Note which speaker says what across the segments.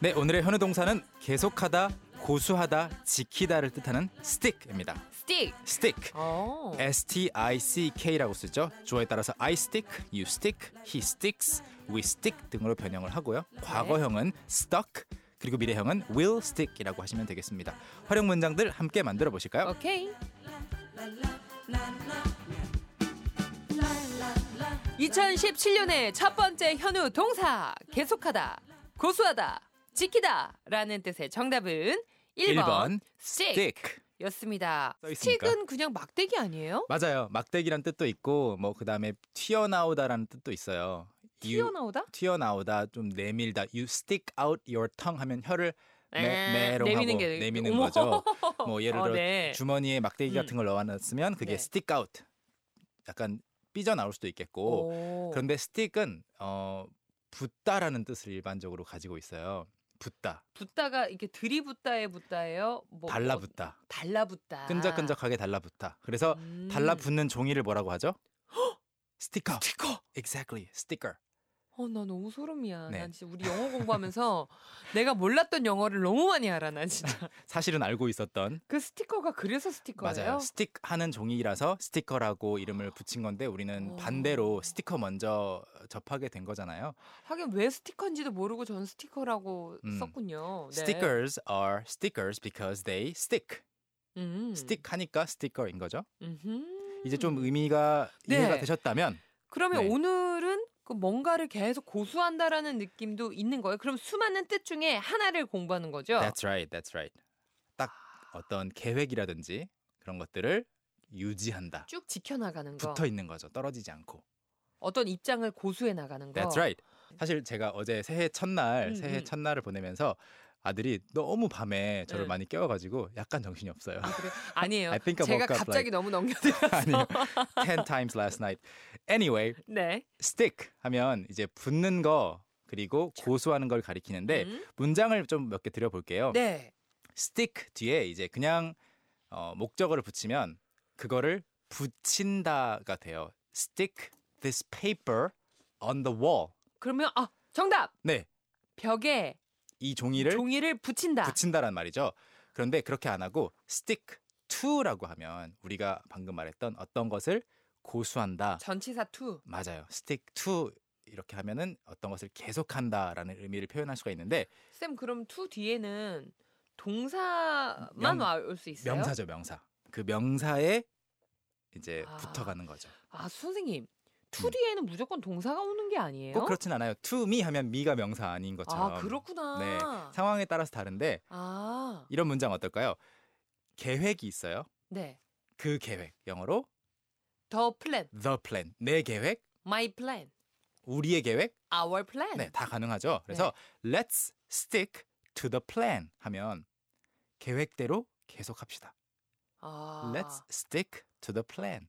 Speaker 1: 네, 오늘의 현우 동사는 계속하다, 고수하다, 지키다를 뜻하는 stick입니다.
Speaker 2: 스틱.
Speaker 1: stick.
Speaker 2: 어.
Speaker 1: S T I C K라고 쓰죠. 주어에 따라서 I stick, you stick, he sticks, we stick 등으로 변형을 하고요.
Speaker 2: 네.
Speaker 1: 과거형은 stuck 그리고 미래형은 will stick이라고 하시면 되겠습니다. 활용 문장들 함께 만들어 보실까요?
Speaker 2: 오케이. 2017년의 첫 번째 현우 동사 계속하다, 고수하다, 지키다라는 뜻의 정답은 1번,
Speaker 1: 번,
Speaker 2: 스틱
Speaker 1: stick.
Speaker 2: 였습니다.
Speaker 1: 써 있으니까.
Speaker 2: 스틱은 그냥 막대기 아니에요?
Speaker 1: 맞아요. 막대기란 뜻도 있고 뭐 그다음에 튀어나오다라는 뜻도 있어요. You-
Speaker 2: 튀어나오다?
Speaker 1: 튀어나오다 좀 내밀다 you stick out your tongue 하면 혀를 네, 매,
Speaker 2: 아,
Speaker 1: 매롱하고
Speaker 2: 내미는 게-
Speaker 1: 내미는
Speaker 2: 어머.
Speaker 1: 거죠. 뭐 예를
Speaker 2: 어,
Speaker 1: 들어
Speaker 2: 네.
Speaker 1: 주머니에 막대기
Speaker 2: 음.
Speaker 1: 같은 걸 넣어놨으면 그게
Speaker 2: 네.
Speaker 1: stick out 약간 삐져 나올 수도 있겠고
Speaker 2: 오.
Speaker 1: 그런데 stick은 어 붙다라는 뜻을 일반적으로 가지고 있어요. 붙다,
Speaker 2: 붙다가 이렇게 들이붙다의 붙다예요? 뭐, 뭐,
Speaker 1: 달라붙다,
Speaker 2: 달라붙다.
Speaker 1: 끈적끈적하게 달라붙다. 그래서
Speaker 2: 아. 음.
Speaker 1: 달라붙는 종이를 뭐라고 하죠? 스티커. 스티커. Exactly. 스티커.
Speaker 2: 어, 나 너무 소름이야.
Speaker 1: 네.
Speaker 2: 난 진짜 우리 영어 공부하면서 내가 몰랐던 영어를 너무 많이 알아, 나 진짜.
Speaker 1: 사실은 알고 있었던
Speaker 2: 그 스티커가 그래서 스티커예요?
Speaker 1: 맞아요. 스틱 하는 종이라서 스티커라고 이름을 붙인 건데 우리는
Speaker 2: 오.
Speaker 1: 반대로 스티커 먼저 접하게 된 거잖아요.
Speaker 2: 하긴 왜 스티커인지도 모르고 전 스티커라고
Speaker 1: 음.
Speaker 2: 썼군요. 네.
Speaker 1: Stickers are stickers because they stick.
Speaker 2: 음.
Speaker 1: 스틱 하니까 스티커인 거죠.
Speaker 2: 음흠.
Speaker 1: 이제 좀 의미가
Speaker 2: 네.
Speaker 1: 이해가 되셨다면
Speaker 2: 그러면
Speaker 1: 네.
Speaker 2: 오늘은 그 뭔가를 계속 고수한다라는 느낌도 있는 거예요. 그럼 수많은 뜻 중에 하나를 공부하는 거죠.
Speaker 1: That's right. That's right. 딱 어떤 계획이라든지 그런 것들을 유지한다.
Speaker 2: 쭉 지켜나가는 거.
Speaker 1: 붙어 있는 거죠. 떨어지지 않고.
Speaker 2: 어떤 입장을 고수해 나가는 거.
Speaker 1: That's right. 사실 제가 어제 새해 첫날,
Speaker 2: 음,
Speaker 1: 새해
Speaker 2: 음.
Speaker 1: 첫날을 보내면서 아들이 너무 밤에 저를
Speaker 2: 네.
Speaker 1: 많이 깨워가지고 약간 정신이 없어요.
Speaker 2: 아, 그래? 아니에요.
Speaker 1: I think I
Speaker 2: 제가
Speaker 1: woke up
Speaker 2: 갑자기
Speaker 1: like-
Speaker 2: 너무 넘겨드렸어.
Speaker 1: 아니요. 10 times last night. Anyway,
Speaker 2: 네.
Speaker 1: stick 하면 이제 붙는 거 그리고 고수하는 걸 가리키는데
Speaker 2: 음.
Speaker 1: 문장을 좀 몇 개 드려볼게요.
Speaker 2: 네.
Speaker 1: stick 뒤에 이제 그냥 어, 목적어를 붙이면 그거를 붙인다가 돼요. stick this paper on the wall.
Speaker 2: 그러면 아 정답.
Speaker 1: 네,
Speaker 2: 벽에
Speaker 1: 이 종이를
Speaker 2: 종이를 붙인다.
Speaker 1: 붙인다란 말이죠. 그런데 그렇게 안 하고 stick to라고 하면 우리가 방금 말했던 어떤 것을 고수한다.
Speaker 2: 전치사 투.
Speaker 1: 맞아요. stick to 이렇게 하면은 어떤 것을 계속한다라는 의미를 표현할 수가 있는데
Speaker 2: 쌤 그럼 투 뒤에는 동사만
Speaker 1: 명-
Speaker 2: 와 올 수 있어요?
Speaker 1: 명사죠, 명사. 그 명사에 이제
Speaker 2: 아.
Speaker 1: 붙어가는 거죠.
Speaker 2: 아 선생님 투
Speaker 1: 음.
Speaker 2: 뒤에는 무조건 동사가 오는 게 아니에요?
Speaker 1: 꼭 그렇진 않아요. to me 하면 me가 명사 아닌 것처럼.
Speaker 2: 아 그렇구나.
Speaker 1: 네. 상황에 따라서 다른데
Speaker 2: 아
Speaker 1: 이런 문장 어떨까요? 계획이 있어요.
Speaker 2: 네.
Speaker 1: 그 계획 영어로
Speaker 2: The plan,
Speaker 1: the plan. 내 계획,
Speaker 2: my plan,
Speaker 1: 우리의 계획,
Speaker 2: our plan.
Speaker 1: 네, 다 가능하죠. 그래서
Speaker 2: 네.
Speaker 1: let's stick to the plan 하면 계획대로 계속합시다.
Speaker 2: 아,
Speaker 1: Let's stick to the plan.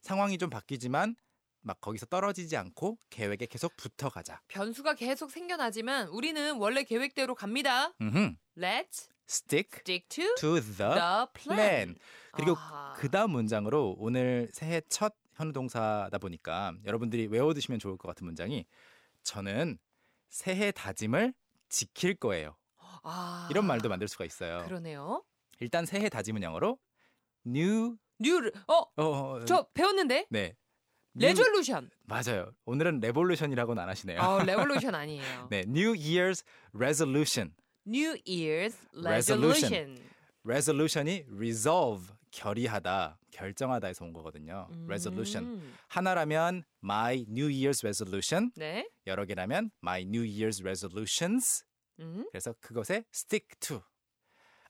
Speaker 1: 상황이 좀 바뀌지만 막 거기서 떨어지지 않고 계획에 계속 붙어 가자.
Speaker 2: 변수가 계속 생겨나지만 우리는 원래 계획대로 갑니다.
Speaker 1: 음흠.
Speaker 2: Let's
Speaker 1: stick
Speaker 2: stick to
Speaker 1: to the,
Speaker 2: the plan.
Speaker 1: plan. 그리고
Speaker 2: 아하.
Speaker 1: 그다음 문장으로 오늘 새해 첫 현우 동사다 보니까 여러분들이 외워 두시면 좋을 것 같은 문장이 저는 새해 다짐을 지킬 거예요.
Speaker 2: 아,
Speaker 1: 이런 말도 만들 수가 있어요.
Speaker 2: 그러네요.
Speaker 1: 일단 새해 다짐은 영어로 new
Speaker 2: 뉴를 어,
Speaker 1: 어, 어,
Speaker 2: 저 배웠는데
Speaker 1: 네. New-
Speaker 2: 레졸루션.
Speaker 1: 맞아요. 오늘은 레볼루션이라고는 안 하시네요.
Speaker 2: 어, 레볼루션 아니에요.
Speaker 1: 아. 네, New Year's resolution.
Speaker 2: New Year's
Speaker 1: Resolution.
Speaker 2: resolution.
Speaker 1: resolution이 resolve 결의하다, 결정하다에서 온 거거든요. resolution.
Speaker 2: 음,
Speaker 1: 하나라면 my New Year's resolution,
Speaker 2: 네.
Speaker 1: 여러 개라면 my New Year's resolutions.
Speaker 2: 음.
Speaker 1: 그래서 그것에 stick to.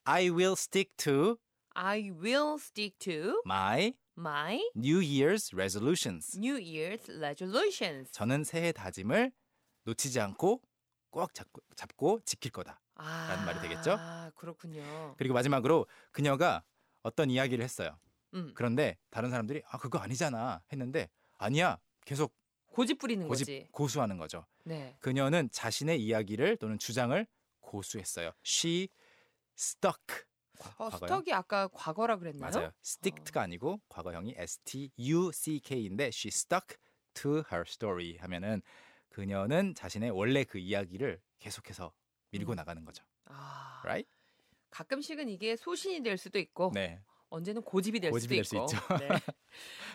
Speaker 1: I will stick to
Speaker 2: I will stick to
Speaker 1: my
Speaker 2: my
Speaker 1: New Year's resolutions.
Speaker 2: New Year's resolutions.
Speaker 1: 저는 새해 다짐을 놓치지 않고 꼭 잡고, 잡고 지킬 거다.
Speaker 2: 아,
Speaker 1: 말이 되겠죠?
Speaker 2: 아, 그렇군요.
Speaker 1: 그리고 마지막으로 그녀가 어떤 이야기를 했어요.
Speaker 2: 음.
Speaker 1: 그런데 다른 사람들이 아 그거 아니잖아 했는데 아니야 계속
Speaker 2: 고집 부리는
Speaker 1: 고집,
Speaker 2: 거지.
Speaker 1: 고수하는 거죠.
Speaker 2: 네.
Speaker 1: 그녀는 자신의 이야기를 또는 주장을 고수했어요. She stuck 과-
Speaker 2: 어,
Speaker 1: 과거형.
Speaker 2: 스톡이 아까 과거라 그랬나요?
Speaker 1: 맞아요.
Speaker 2: 어.
Speaker 1: sticked가 아니고 과거형이 s t u c k인데 she stuck to her story 하면은 그녀는 자신의 원래 그 이야기를 계속해서 밀고
Speaker 2: 음.
Speaker 1: 나가는 거죠.
Speaker 2: 아,
Speaker 1: Right?
Speaker 2: 가끔씩은 이게 소신이 될 수도 있고
Speaker 1: 네.
Speaker 2: 언제는 고집이 될
Speaker 1: 고집이
Speaker 2: 수도
Speaker 1: 될수
Speaker 2: 있고. 네.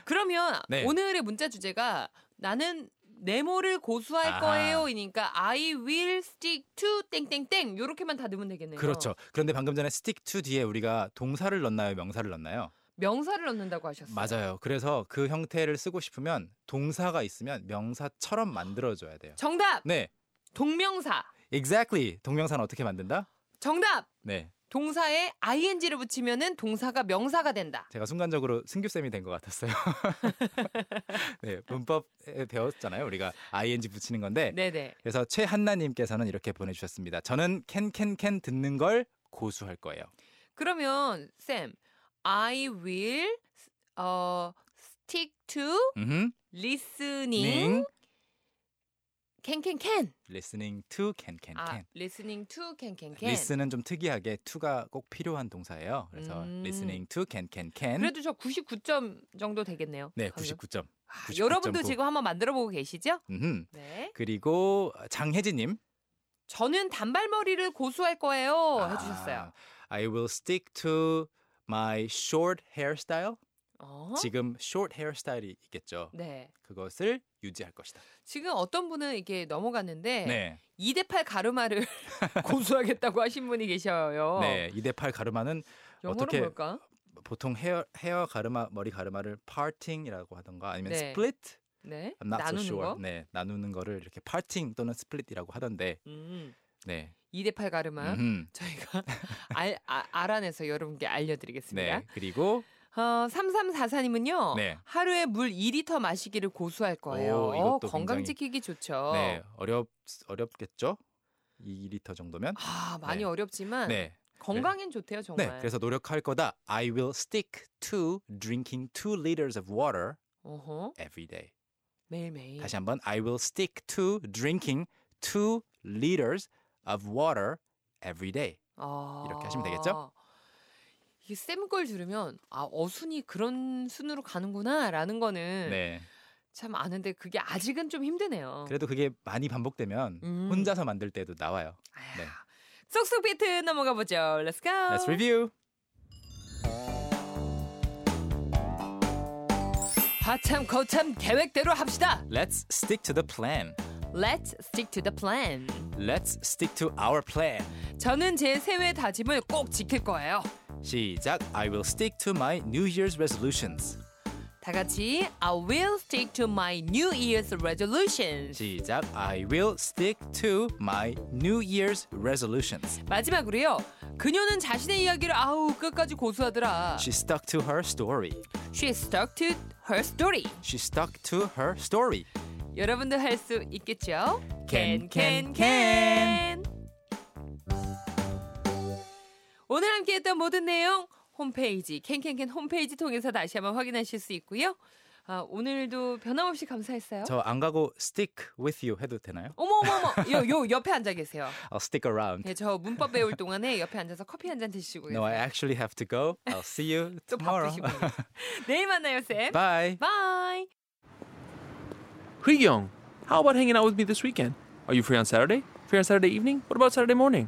Speaker 2: 그러면
Speaker 1: 네.
Speaker 2: 오늘의 문자 주제가 나는 네모를 고수할
Speaker 1: 아하.
Speaker 2: 거예요이니까 I will stick to 땡땡땡 요렇게만 다 넣으면 되겠네요.
Speaker 1: 그렇죠. 그런데 방금 전에 stick to 뒤에 우리가 동사를 넣나요, 명사를 넣나요?
Speaker 2: 명사를 넣는다고 하셨어요.
Speaker 1: 맞아요. 그래서 그 형태를 쓰고 싶으면 동사가 있으면 명사처럼 만들어 줘야 돼요.
Speaker 2: 정답
Speaker 1: 네.
Speaker 2: 동명사.
Speaker 1: Exactly. 동명사는 어떻게 만든다?
Speaker 2: 정답
Speaker 1: 네.
Speaker 2: 동사에 ing를 붙이면은 동사가 명사가 된다.
Speaker 1: 제가 순간적으로 승규쌤이 된 것 같았어요. 네, 문법 에 배웠잖아요. 우리가 ing 붙이는 건데.
Speaker 2: 네네.
Speaker 1: 그래서 최한나님께서는 이렇게 보내주셨습니다. 저는 캔캔캔 듣는 걸 고수할 거예요.
Speaker 2: 그러면 쌤 I will 어 stick to
Speaker 1: 음, 네.
Speaker 2: listening 캔캔캔.
Speaker 1: listening to 캔캔캔.
Speaker 2: 아 listening to 캔캔캔.
Speaker 1: 리스는 좀 특이하게 to가 꼭 필요한 동사예요. 그래서
Speaker 2: 음.
Speaker 1: listening to 캔캔캔.
Speaker 2: 그래도 저 99점 정도 되겠네요.
Speaker 1: 네,
Speaker 2: 방금.
Speaker 1: 99점.
Speaker 2: 아,
Speaker 1: 99.9.
Speaker 2: 여러분도 지금 한번 만들어 보고 계시죠?
Speaker 1: 음.
Speaker 2: 네.
Speaker 1: 그리고 장혜진님
Speaker 2: 저는 단발머리를 고수할 거예요.
Speaker 1: 아,
Speaker 2: 해주셨어요.
Speaker 1: I will stick to my short hairstyle.
Speaker 2: 어?
Speaker 1: 지금 short hairstyle이 있겠죠.
Speaker 2: 네.
Speaker 1: 그것을 유지할 것이다.
Speaker 2: 지금 어떤 분은 이렇게 넘어갔는데
Speaker 1: 네.
Speaker 2: 2대8 가르마를 고수하겠다고 하신 분이 계셔요.
Speaker 1: 네. 2대 8 가르마는
Speaker 2: 영어로
Speaker 1: 어떻게-
Speaker 2: 뭘까?
Speaker 1: 보통 헤어 헤어 가르마 머리 가르마를 parting이라고 하던가 아니면
Speaker 2: 네.
Speaker 1: split
Speaker 2: 네.
Speaker 1: I'm not
Speaker 2: 나누는
Speaker 1: so sure.
Speaker 2: 거.
Speaker 1: 네. 나누는 거를 이렇게 parting 또는 split이라고 하던데.
Speaker 2: 음.
Speaker 1: 네.
Speaker 2: 2대8 가르마
Speaker 1: 음흠.
Speaker 2: 저희가 알, 아, 알아내서 여러분께 알려드리겠습니다.
Speaker 1: 네. 그리고
Speaker 2: 어, 3344님은요.
Speaker 1: 네.
Speaker 2: 하루에 물 2리터 마시기를 고수할 거예요.
Speaker 1: 오, 이것도
Speaker 2: 어, 건강
Speaker 1: 굉장히-
Speaker 2: 지키기 좋죠.
Speaker 1: 네. 어렵 어렵겠죠? 2리터 정도면?
Speaker 2: 아, 많이
Speaker 1: 네.
Speaker 2: 어렵지만
Speaker 1: 네.
Speaker 2: 건강엔 좋대요, 정말.
Speaker 1: 네. 그래서 노력할 거다. I will stick to drinking 2 liters of water
Speaker 2: 어허.
Speaker 1: every day.
Speaker 2: 매일매일.
Speaker 1: 다시 한번 I will stick to drinking 2 liters of water every day.
Speaker 2: 아.
Speaker 1: 이렇게 하시면 되겠죠?
Speaker 2: 이게 쌤걸 들으면 아, 어순이 그런 순으로 가는구나라는 거는
Speaker 1: 네.
Speaker 2: 참 아는데 그게 아직은 좀 힘드네요.
Speaker 1: 그래도 그게 많이 반복되면
Speaker 2: 음.
Speaker 1: 혼자서 만들 때도 나와요.
Speaker 2: 아휴.
Speaker 1: 네.
Speaker 2: 쏙쏙 비트 넘어가 보죠. Let's go.
Speaker 1: Let's review.
Speaker 2: 바참 거참 계획대로 합시다.
Speaker 1: Let's stick to the plan.
Speaker 2: Let's stick to the plan.
Speaker 1: Let's stick to our plan.
Speaker 2: 저는 제 새해 다짐을 꼭 지킬 거예요.
Speaker 1: 시작. I will stick to my New Year's resolutions.
Speaker 2: 다 같이 I will stick to my New Year's resolutions.
Speaker 1: 시작. I will stick to my New Year's resolutions.
Speaker 2: 마지막으로요. 그녀는 자신의 이야기를 아우 끝까지 고수하더라.
Speaker 1: She stuck to her story.
Speaker 2: She stuck to her story.
Speaker 1: She stuck to her story.
Speaker 2: Oh. 여러분도 할 수 있겠죠?
Speaker 1: Can, can,
Speaker 2: can. 오늘 함께했던 모든 내용 홈페이지 캔캔캔 홈페이지 통해서 다시 한번 확인하실 수 있고요. 아, 오늘도 변함없이 감사했어요.
Speaker 1: 저 안 가고 stick with you 해도 되나요?
Speaker 2: 어머 어머 어머 요, 요 옆에 앉아 계세요.
Speaker 1: I'll stick around.
Speaker 2: 네, 저 문법 배울 동안에 옆에 앉아서 커피 한 잔 드시고 계세요.
Speaker 1: No, I actually have to go. I'll see you
Speaker 2: 또
Speaker 1: tomorrow.
Speaker 2: 바쁘시고 내일 만나요 쌤.
Speaker 1: Bye.
Speaker 2: 바이.
Speaker 3: Young, how about hanging out with me this weekend? Are you free on Saturday? Free on Saturday evening? What about Saturday morning?